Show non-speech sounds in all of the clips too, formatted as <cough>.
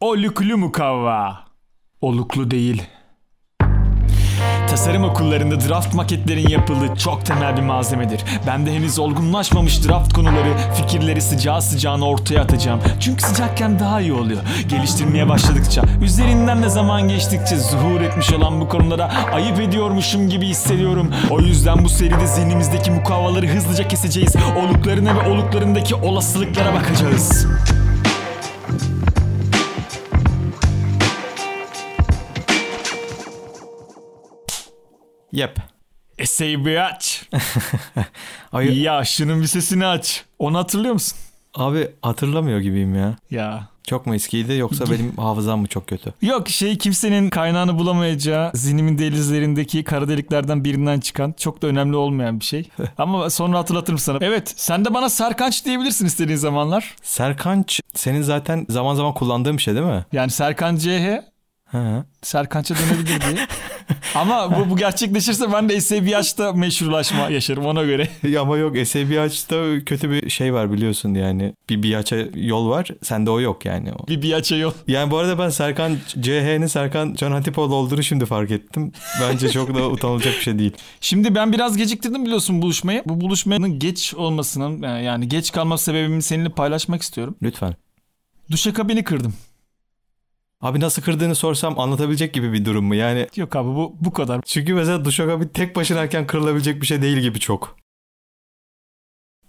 O lüklü mukavva. Oluklu değil. Tasarım okullarında draft maketlerin yapıldığı çok temel bir malzemedir. Ben de henüz olgunlaşmamış draft konuları, fikirleri sıcağı sıcağına ortaya atacağım. Çünkü sıcakken daha iyi oluyor. Geliştirmeye başladıkça, üzerinden de zaman geçtikçe zuhur etmiş olan bu konulara ayıp ediyormuşum gibi hissediyorum. O yüzden bu seride zihnimizdeki mukavvaları hızlıca keseceğiz. Oluklarına ve oluklarındaki olasılıklara bakacağız. Yep. Eseyi bir aç. Ay- ya şunun bir sesini aç. Onu hatırlıyor musun? Abi hatırlamıyor gibiyim ya. Ya. Çok mu eskiydi yoksa benim hafızam mı çok kötü? Yok şey kimsenin kaynağını bulamayacağı zihnimin delizlerindeki kara deliklerden birinden çıkan çok da önemli olmayan bir şey. Ama sonra hatırlatırım sana. Evet sen de bana Serkanç diyebilirsin istediğin zamanlar. Serkanç senin zaten zaman zaman kullandığın bir şey değil mi? Yani Serkan CH Hı. Serkanç'a dönebilir diye. Ama bu, bu gerçekleşirse ben de SBH'da meşrulaşma yaşarım ona göre. <laughs> Ya <laughs> Ama yok SBH'da kötü bir şey var biliyorsun yani. Bir bihaça yol var sende o yok yani. O. bir biyaça yol. Yani bu arada ben Serkan CH'nin Serkan Can Hatipoğlu olduğunu şimdi fark ettim. Bence çok da utanılacak bir şey değil. Şimdi ben biraz geciktirdim biliyorsun buluşmayı. Bu buluşmanın geç olmasının e, yani geç kalma sebebimi seninle paylaşmak istiyorum. Lütfen. Duşakabini kırdım. Abi nasıl kırdığını sorsam anlatabilecek gibi bir durum mu? Yani Yok abi bu bu kadar. çünkü mesela duşakabin tek başınayken kırılabilecek bir şey değil gibi çok.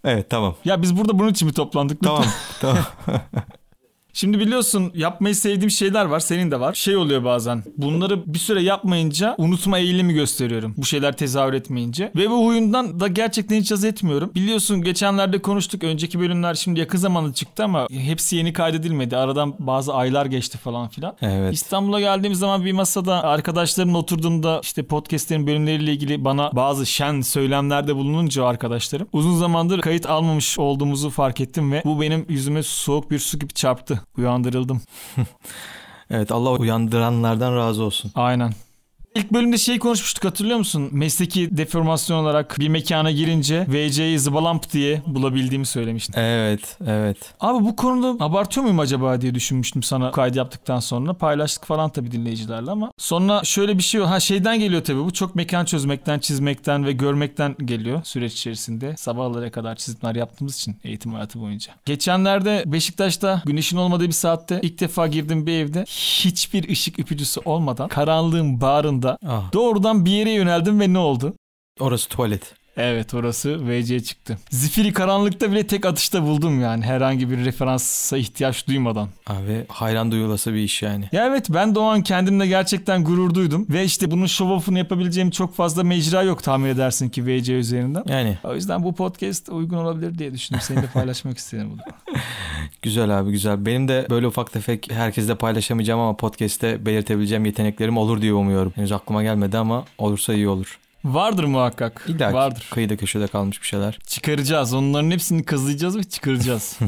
Evet tamam. Ya biz burada bunun için mi toplandık? Lütfen. <laughs> Tamam. tamam. Şimdi biliyorsun yapmayı sevdiğim şeyler var. Senin de var. Şey oluyor bazen. Bunları bir süre yapmayınca unutma eğilimi gösteriyorum. Bu şeyler tezahür etmeyince. Ve bu huyundan da gerçekten hiç haz etmiyorum. Biliyorsun geçenlerde konuştuk. Önceki bölümler şimdi yakın zamanda çıktı ama hepsi yeni kaydedilmedi. Aradan bazı aylar geçti falan filan. Evet. İstanbul'a geldiğim zaman bir masada arkadaşlarımla oturduğumda işte podcastlerin bölümleriyle ilgili bana bazı şen söylemlerde bulununca arkadaşlarım uzun zamandır kayıt almamış olduğumuzu fark ettim ve bu benim yüzüme soğuk bir su gibi çarptı. Uyandırıldım. Evet Allah uyandıranlardan razı olsun. Aynen. İlk bölümde şey konuşmuştuk hatırlıyor musun? Mesleki deformasyon olarak bir mekana girince VC'yi zıbalamp diye bulabildiğimi söylemiştin. Evet, evet. Abi bu konuda abartıyor muyum acaba diye düşünmüştüm sana kaydı yaptıktan sonra. Paylaştık falan tabii dinleyicilerle ama. Sonra şöyle bir şey ha şeyden geliyor tabii bu çok mekan çözmekten, çizmekten ve görmekten geliyor süreç içerisinde. Sabahlara kadar çizimler yaptığımız için eğitim hayatı boyunca. Geçenlerde Beşiktaş'ta güneşin olmadığı bir saatte ilk defa girdim bir evde hiçbir ışık üpücüsü olmadan karanlığın bağrında Ah, doğrudan bir yere yöneldim ve ne oldu? orası tuvalet. Evet orası VC çıktı. Zifiri karanlıkta bile tek atışta buldum yani herhangi bir referansa ihtiyaç duymadan. Abi hayran duyulası bir iş yani. Ya evet ben Doğan kendimle gerçekten gurur duydum ve işte bunun show off'unu yapabileceğim çok fazla mecra yok tahmin edersin ki VC üzerinden. Yani O yüzden bu podcast uygun olabilir diye düşündüm. Seni de paylaşmak istedim bunu. güzel abi güzel. Benim de böyle ufak tefek herkesle paylaşamayacağım ama podcast'te belirtebileceğim yeteneklerim olur diye umuyorum. Henüz aklıma gelmedi ama olursa iyi olur. Vardır muhakkak. İlla ki Vardır. kıyıda köşede kalmış bir şeyler. Çıkaracağız. Onların hepsini kazıyacağız ve çıkaracağız.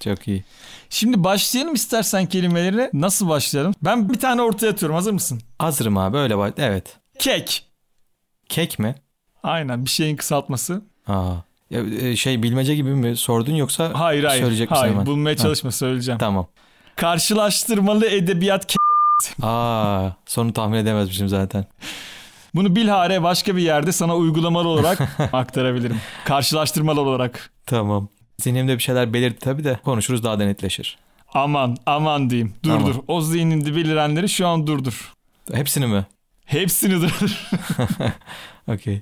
Çok iyi. Şimdi başlayalım istersen kelimeleri. Nasıl başlayalım? Ben bir tane ortaya atıyorum. Hazır mısın? Hazırım abi öyle bak. Evet. Kek. Kek mi? Aynen bir şeyin kısaltması. Aa. Ya, e, şey bilmece gibi mi sordun yoksa Hayır hayır. söyleyecek misin hayır, hemen? bulmaya Ha. çalışma söyleyeceğim. Tamam. Karşılaştırmalı edebiyat ke- Aa, sonu tahmin edemezmişim zaten. bunu bilhare başka bir yerde sana uygulamalı olarak <laughs> aktarabilirim. Karşılaştırmalı olarak. Tamam. Zihnimde bir şeyler belirdi tabii de konuşuruz daha da netleşir. Aman aman diyeyim. Durdur. Tamam. O zihninde belirenleri şu an durdur. Hepsini mi? <laughs> Hepsini durdur. Okey.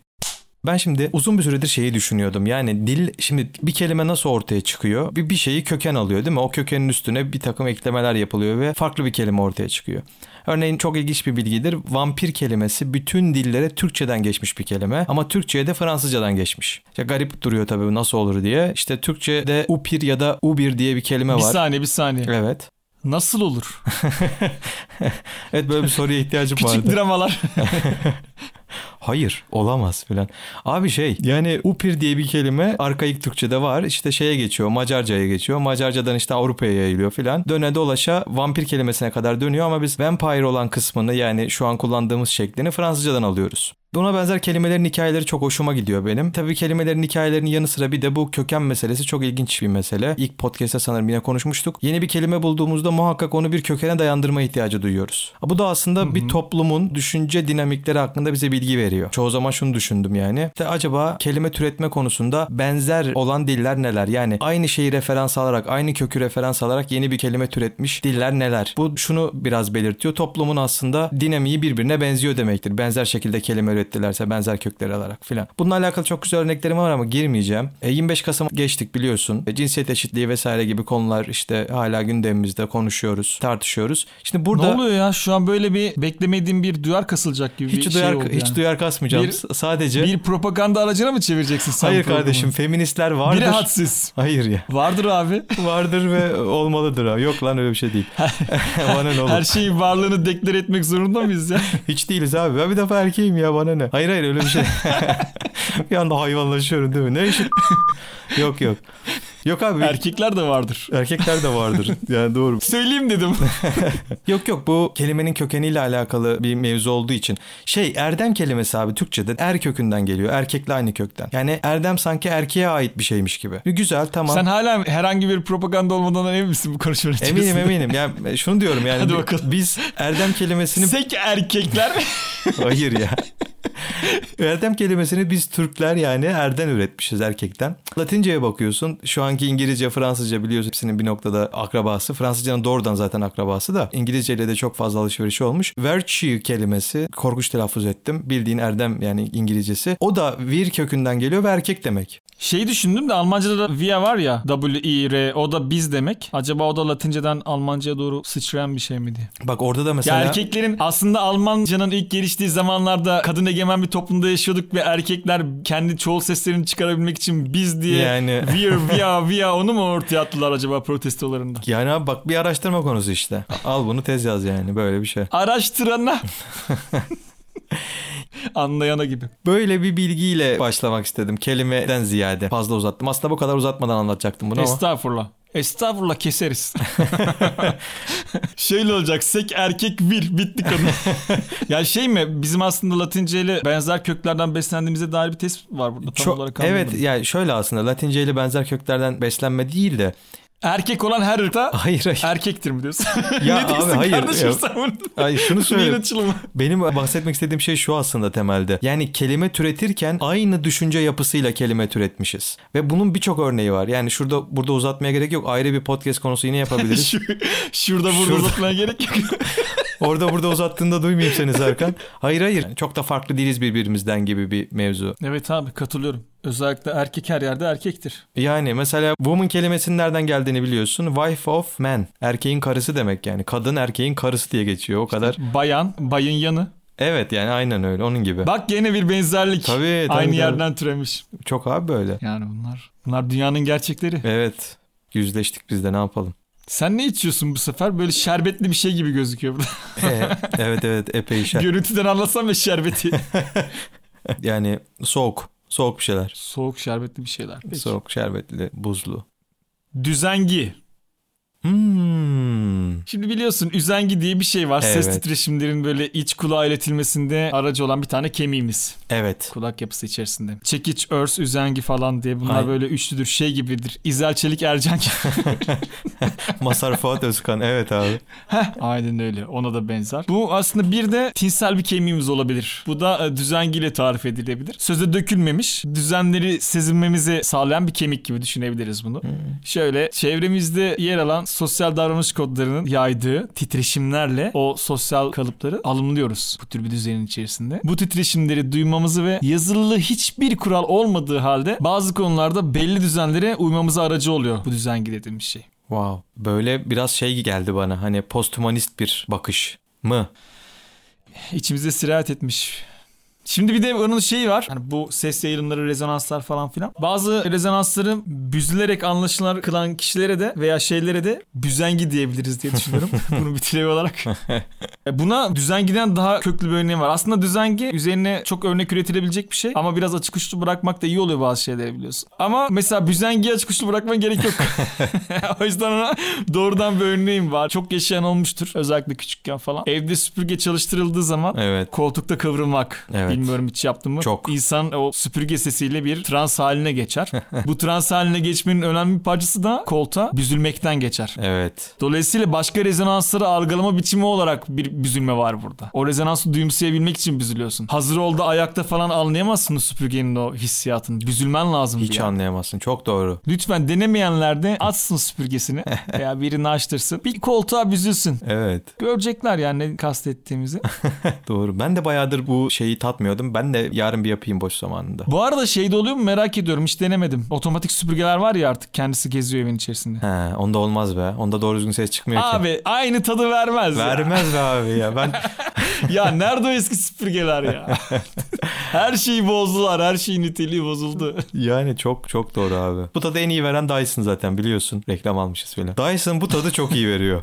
Ben şimdi uzun bir süredir şeyi düşünüyordum. Yani dil şimdi bir kelime nasıl ortaya çıkıyor? Bir, bir şeyi köken alıyor değil mi? O kökenin üstüne bir takım eklemeler yapılıyor ve farklı bir kelime ortaya çıkıyor. Örneğin çok ilginç bir bilgidir. Vampir kelimesi bütün dillere Türkçeden geçmiş bir kelime ama Türkçe'ye de Fransızcadan geçmiş. Ya garip duruyor tabii nasıl olur diye. İşte Türkçe'de upir ya da ubir diye bir <laughs> kelime bir var. saniye bir saniye. Evet. Nasıl olur? Evet böyle bir soruya ihtiyacım vardı. Küçük dramalar. Hayır olamaz filan. Abi şey yani upir diye bir kelime arkaik Türkçe'de var. İşte şeye geçiyor Macarca'ya geçiyor. Macarca'dan işte Avrupa'ya yayılıyor filan. Döne dolaşa vampir kelimesine kadar dönüyor ama biz vampire olan kısmını yani şu an kullandığımız şeklini Fransızcadan alıyoruz. Buna benzer kelimelerin hikayeleri çok hoşuma gidiyor benim. Tabii kelimelerin hikayelerinin yanı sıra bir de bu köken meselesi çok ilginç bir mesele. İlk podcast'te sanırım yine konuşmuştuk. Yeni bir kelime bulduğumuzda muhakkak onu bir kökene dayandırma ihtiyacı duyuyoruz. Bu da aslında bir toplumun düşünce dinamikleri hakkında bize bilgi veriyor. Çoğu zaman şunu düşündüm yani. İşte acaba kelime türetme konusunda benzer olan diller neler? Yani aynı şeyi referans alarak, aynı kökü referans alarak yeni bir kelime türetmiş diller neler? Bu şunu biraz belirtiyor. Toplumun aslında dinamiği birbirine benziyor demektir. Benzer şekilde kelime ürettilerse benzer kökleri alarak filan. Bununla alakalı çok güzel örneklerim var ama girmeyeceğim. E, 25 Kasım geçtik biliyorsun. E, cinsiyet eşitliği vesaire gibi konular işte hala gündemimizde konuşuyoruz, tartışıyoruz. Şimdi burada ne oluyor ya? Şu an böyle bir beklemediğim bir duyar kasılacak gibi hiç bir duyar şey oldu hiç yani. duyar kasmayacağım. Bir- S- Sadece Bir propaganda aracına mı çevireceksin sen hayır bu programı? kardeşim feministler vardır. Biri hadsiz. Hayır ya. Vardır abi. Vardır ve olmalıdır ha. Yok lan öyle bir şey değil. <laughs> Bana ne olur. Her şey- şeyin varlığını deklar etmek zorunda mıyız ya? Hiç değiliz abi. Ben bir defa erkeğim ya bana ne? Hayır hayır öyle bir şey. <laughs> bir anda hayvanlaşıyorum değil mi? Ne işin? yok yok. Yok <laughs> abi. Erkekler de vardır. Erkekler de vardır. Yani doğru. Söyleyeyim dedim. Yok yok bu kelimenin kökeniyle alakalı bir mevzu olduğu için. Şey erdem kelimesi abi Türkçe'de er kökünden geliyor. Erkekle aynı kökten. Yani erdem sanki erkeğe ait bir şeymiş gibi. Güzel <laughs> tamam. Sen hala herhangi bir propaganda olmadan emin misin bu konuşmanın Eminim eminim. Yani şunu diyorum yani. Hadi bi- bakalım. Biz erdem <laughs> kelimesini Sek erkekler Hayır ya. Erdem kelimesini biz Türkler yani erden üretmişiz erkekten. Latince'ye bakıyorsun. Şu anki İngilizce, Fransızca biliyorsun hepsinin bir noktada akrabası. Fransızcanın doğrudan zaten akrabası da. İngilizceyle de çok fazla alışverişi olmuş. Virtue kelimesi korkunç telaffuz ettim. Bildiğin erdem yani İngilizcesi. O da vir kökünden geliyor ve erkek demek. <laughs> Şeyi düşündüm de Almanca'da da via var ya W-I-R o da biz demek. Acaba o da Latinceden Almanca'ya doğru sıçrayan bir şey mi diye. Bak orada da Ya mesela... erkeklerin aslında Almanca'nın ilk geliştiği zamanlarda kadın egemen bir toplumda yaşıyorduk ve erkekler kendi çoğul seslerini çıkarabilmek için biz diye Yani- wir, via, via onu mu ortaya attılar acaba protestolarında? Yani abi bak bir araştırma konusu işte. Al bunu tez yaz yani böyle bir şey. <laughs> Araştırana. Anlayana gibi. Böyle bir bilgiyle başlamak istedim. Kelimeden ziyade fazla uzattım. Aslında bu kadar uzatmadan anlatacaktım bunu ama. Estağfurullah. Estağfurullah keseriz. <laughs> Şöyle olacak. Sek erkek bir bitti kadın. <laughs> ya şey mi? Bizim aslında Latince ile benzer köklerden beslendiğimize dair bir tespit var burada. Tam Çok- olarak anlamadım. evet yani şöyle aslında Latince ile benzer köklerden beslenme değil de <laughs> Erkek olan her ırkta hayır hayır. erkektir mi diyorsun? Ah. <laughs> Ya ne diyorsun abi, hayır, kardeşim ya. sen bunu? <laughs> Ay şunu Neyin söyle. açılımı? Benim bahsetmek istediğim şey şu aslında temelde. Yani kelime türetirken aynı düşünce yapısıyla kelime türetmişiz. Ve bunun birçok örneği var. Yani şurada burada uzatmaya gerek yok. Ayrı bir podcast konusu yine <laughs> yapabiliriz. Şu, şurada burada Şurada. uzatmaya gerek yok. Orada burada uzattığında duymayayım seni Serkan. Hayır hayır. Yani çok da farklı değiliz birbirimizden gibi bir mevzu. evet abi katılıyorum. Özellikle erkek her yerde erkektir. Yani mesela woman kelimesinin nereden geldiğini biliyorsun. Wife of man. Erkeğin karısı demek yani. Kadın erkeğin karısı diye geçiyor o kadar. Bayan, bayın yanı. Evet yani aynen öyle onun gibi. Bak yine bir benzerlik. Tabii, tabii, Aynı tabii. yerden türemiş. Çok abi böyle. Yani bunlar bunlar dünyanın gerçekleri. Evet. Yüzleştik biz de ne yapalım. Sen ne içiyorsun bu sefer? Böyle şerbetli bir şey gibi gözüküyor <laughs> burada. Ee, evet evet epey şer. Görüntüden anlasam ya <laughs> şerbeti. Yani soğuk. Soğuk bir şeyler. Soğuk şerbetli bir şeyler. Peki. Soğuk, şerbetli, buzlu. Düzengi. Hmm. Şimdi biliyorsun üzengi diye bir şey var. Ses Evet. titreşimlerin böyle iç kulağa iletilmesinde aracı olan bir tane kemiğimiz. Evet. Kulak yapısı içerisinde. Çekiç, örs, üzengi falan diye bunlar Ay. böyle üçlüdür. Şey gibidir. İzel Çelik, Ercan gibi. <laughs> Masar Fuat Özkan. Evet abi. Aynen öyle. Ona da benzer. Bu aslında bir de tinsel bir kemiğimiz olabilir. Bu da e, düzengiyle tarif edilebilir. Sözde dökülmemiş, düzenleri sezinmemizi sağlayan bir kemik gibi düşünebiliriz bunu. Şöyle çevremizde yer alan sosyal davranış kodlarının yaydığı titreşimlerle o sosyal kalıpları alımlıyoruz bu tür bir düzenin içerisinde. Bu titreşimleri duymamızı ve yazılı hiçbir kural olmadığı halde bazı konularda belli düzenlere uymamıza aracı oluyor bu düzengi dediğimiz şey. Wow. Böyle biraz şey geldi bana. Hani posthumanist bir bakış mı? İçimize sirayet etmiş. Şimdi bir de onun şeyi var. Hani bu ses yayılımları, rezonanslar falan filan. Bazı rezonansları büzülerek anlaşılan kılan kişilere de veya şeylere de düzengi diyebiliriz diye düşünüyorum. Bunu bir türevi olarak. E, Buna düzengiden daha köklü bir örneği var. Aslında düzengi üzerine çok örnek üretilebilecek bir şey ama biraz açık uçlu bırakmak da iyi oluyor bazı şeyleri biliyorsun. Ama mesela düzengiyi açık uçlu bırakmaya gerek yok. <laughs> o yüzden ona doğrudan bir örneğim var. Çok yaşayan olmuştur özellikle küçükken falan. Evde süpürge çalıştırıldığı zaman Evet. Koltukta kıvrılmak Evet. Evet. Bilmiyorum hiç yaptın mı? Çok. İnsan o süpürge sesiyle bir trans haline <laughs> geçer. Bu trans haline geçmenin önemli bir parçası da kolta büzülmekten geçer. Evet. Dolayısıyla başka rezonansları algılama biçimi olarak bir büzülme var burada. O rezonansı duyumsayabilmek için büzülüyorsun. Hazır ol da ayakta falan anlayamazsın o süpürgenin o hissiyatını. Büzülmen lazım. Hiç bir an. anlayamazsın. Çok doğru. Lütfen denemeyenler <laughs> de açsın süpürgesini veya birini açtırsın. Bir koltuğa büzülsün. Evet. Görecekler yani ne kastettiğimizi. Doğru. Ben de bayağıdır bu şeyi tatmıyordum. Ben de yarın bir yapayım boş zamanında. Bu arada şey de oluyor mu merak ediyorum hiç denemedim. Otomatik süpürgeler var ya artık kendisi geziyor evin içerisinde. He, onda olmaz be. Onda doğru düzgün ses çıkmıyor ki. Abi aynı tadı vermez ya. Vermez be abi ya. <laughs> Ben <laughs> ya nerede o eski süpürgeler <laughs> ya? her şeyi bozdular. Her şeyin niteliği <laughs> bozuldu. yani çok çok doğru abi. Bu tadı en iyi veren Dyson zaten biliyorsun. Reklam almışız bile. Dyson bu tadı çok iyi <laughs> veriyor.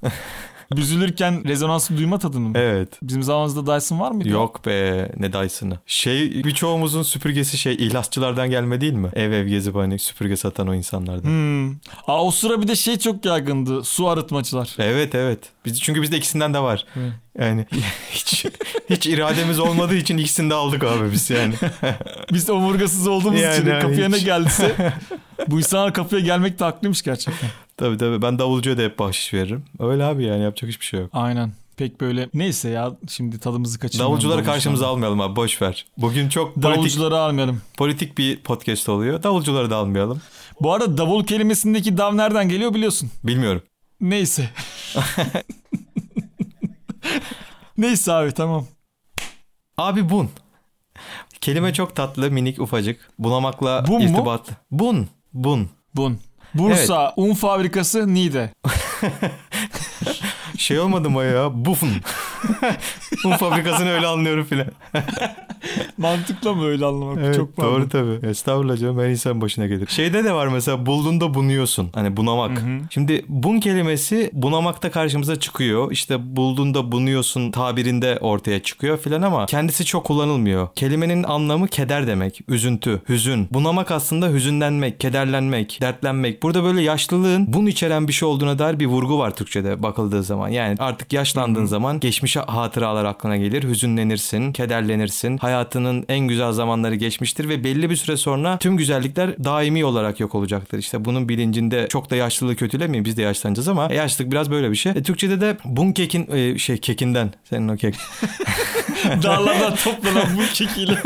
Büzülürken rezonansı duyma tadını mı? evet. Bizim zamanımızda Dyson var mıydı? Yok be ne Dyson'ı. Şey birçoğumuzun süpürgesi şey ihlasçılardan gelme değil mi? Ev ev gezip hani süpürge satan o insanlardan. Hmm. Aa, o sıra bir de şey çok yaygındı. Su arıtmacılar. Evet evet. Biz, çünkü bizde ikisinden de var. Evet. <laughs> Yani hiç hiç irademiz olmadığı için ikisini de aldık abi biz yani. Biz de omurgasız olduğumuz Yani için hani kapıya ne hiç. <laughs> geldiyse. bu insanlar kapıya gelmek de haklıymış gerçekten. tabii tabii ben davulcuya da hep bahşiş veririm. Öyle abi yani yapacak hiçbir şey yok. Aynen. Pek böyle neyse ya şimdi tadımızı kaçırmayalım. Davulcuları davulcular. karşımıza almayalım abi boş ver. Bugün çok politik, Davulcuları almayalım. politik bir podcast oluyor. Davulcuları da almayalım. Bu arada davul kelimesindeki dav nereden geliyor biliyorsun. Bilmiyorum. Neyse. <laughs> Neyse abi tamam. Abi bun. Kelime çok tatlı, minik, ufacık. Bunamakla Bun mu? irtibatlı. Bun. Bun. Bun. Bursa un fabrikası Niğde. Şey olmadı mı <laughs> ya? Bufun. Bun fabrikasını öyle anlıyorum filan. Mantıklı mı öyle anlamak? Evet, Çok pardon. doğru tabii. Estağfurullah canım her insan başına gelir. Şeyde de var mesela bulduğunda bunuyorsun. Hani bunamak. Şimdi bun kelimesi bunamakta karşımıza çıkıyor. İşte bulduğunda bunuyorsun tabirinde ortaya çıkıyor filan ama kendisi çok kullanılmıyor. Kelimenin anlamı keder demek. Üzüntü, hüzün. Bunamak aslında hüzünlenmek, kederlenmek, dertlenmek. Burada böyle yaşlılığın bun içeren bir şey olduğuna dair bir vurgu var Türkçe'de bakıldığı zaman. Yani artık yaşlandığın zaman geçmişe hatıralar aklına gelir. Hüzünlenirsin, kederlenirsin. Hayatının en güzel zamanları geçmiştir ve belli bir süre sonra tüm güzellikler daimi olarak yok olacaktır. İşte bunun bilincinde çok da yaşlılığı kötülemeyin. Biz de yaşlanacağız ama yaşlılık biraz böyle bir şey. E, Türkçe'de de bun kekin e, şey kekinden senin o kek. <laughs> Dağlardan toplanan bu kekiyle.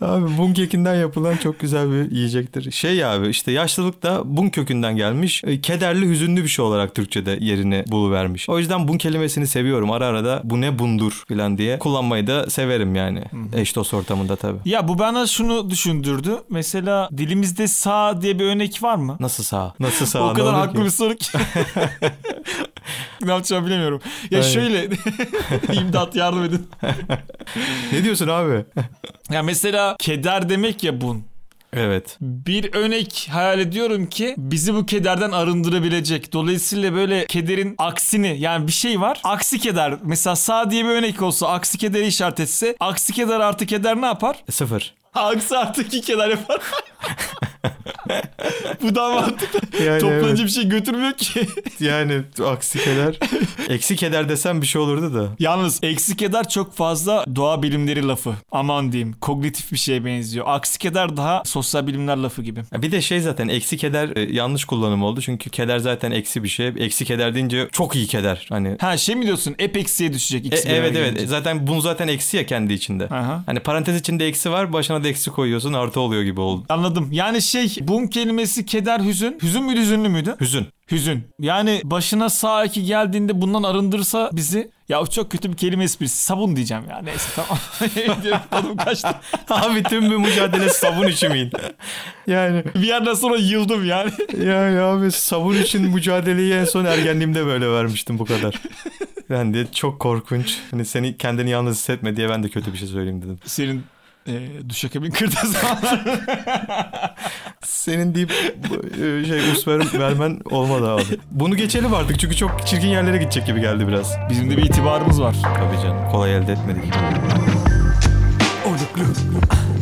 Abi bun kekinden yapılan çok güzel bir yiyecektir. Şey abi işte yaşlılık da bun kökünden gelmiş. E, Kederli, hüzünlü bir şey olarak Türkçe'de yerini buluvermiş. O yüzden bun kelimesini seviyorum. Ara ara da bu ne bundur falan diye kullanmayı da severim yani. Eş dost ortamında tabii. <laughs> ya bu bana şunu düşündürdü. Mesela dilimizde sağ diye bir örnek var mı? Nasıl sağ? Nasıl <laughs> sağ? o kadar Ne olur haklı bir ki? soru <laughs> ki. ne yapacağımı bilemiyorum. Ya <laughs> Aynen. şöyle imdat yardım edin. Ne diyorsun <laughs> abi? Ya mesela keder demek ya bun. evet. Bir örnek hayal ediyorum ki bizi bu kederden arındırabilecek. Dolayısıyla böyle kederin aksini yani bir şey var. Aksi keder. Mesela sağ diye bir örnek olsa aksi kederi işaret etse. Aksi keder artı keder ne yapar? <laughs> E, Sıfır. Aksi artı iki keder yapar. <laughs> bu da mantıklı. Yani Toplanınca bir şey götürmüyor ki. <laughs> <laughs> yani aksi keder. <laughs> Eksik keder desem bir şey olurdu da. Yalnız eksik eder çok fazla doğa bilimleri lafı. Aman diyeyim kognitif bir şeye benziyor. Aksi keder daha sosyal bilimler lafı gibi. Ya Bir de şey zaten eksi keder e, yanlış kullanım oldu. Çünkü keder zaten eksi bir şey. Eksi keder deyince çok iyi keder. Hani Ha şey mi diyorsun? Ep eksiye düşecek. E, ikisi bir araya evet evet. gelince. Zaten bunu zaten eksi ya kendi içinde. Aha. Hani parantez içinde eksi var, başına da eksi koyuyorsun, artı oluyor gibi oldu. Anladım. Yani şey bun kelimesi keder hüzün. Hüzün müydü hüzünlü müydü? Hüzün. <laughs> Hüzün. Yani başına sağ iki geldiğinde bundan arındırsa bizi. Ya o çok kötü bir kelime esprisi. Sabun diyeceğim ya. Neyse tamam. <laughs> Tadım kaçtı. Abi tüm bu mücadele sabun için miydi? <laughs> Yani Bir yerden sonra yıldım yani. yani abi sabun için mücadeleyi en son ergenliğimde böyle vermiştim bu kadar. Yani de çok korkunç. Hani seni kendini yalnız hissetme diye ben de kötü bir şey söyleyeyim dedim. Senin e, düşakabin kırdığı zamanlar. Senin deyip e, şey us ver- vermen olmadı abi. Bunu geçelim artık çünkü çok çirkin yerlere gidecek gibi geldi biraz. Bizim de bir itibarımız var. Tabii canım kolay elde etmedik. Oluklu.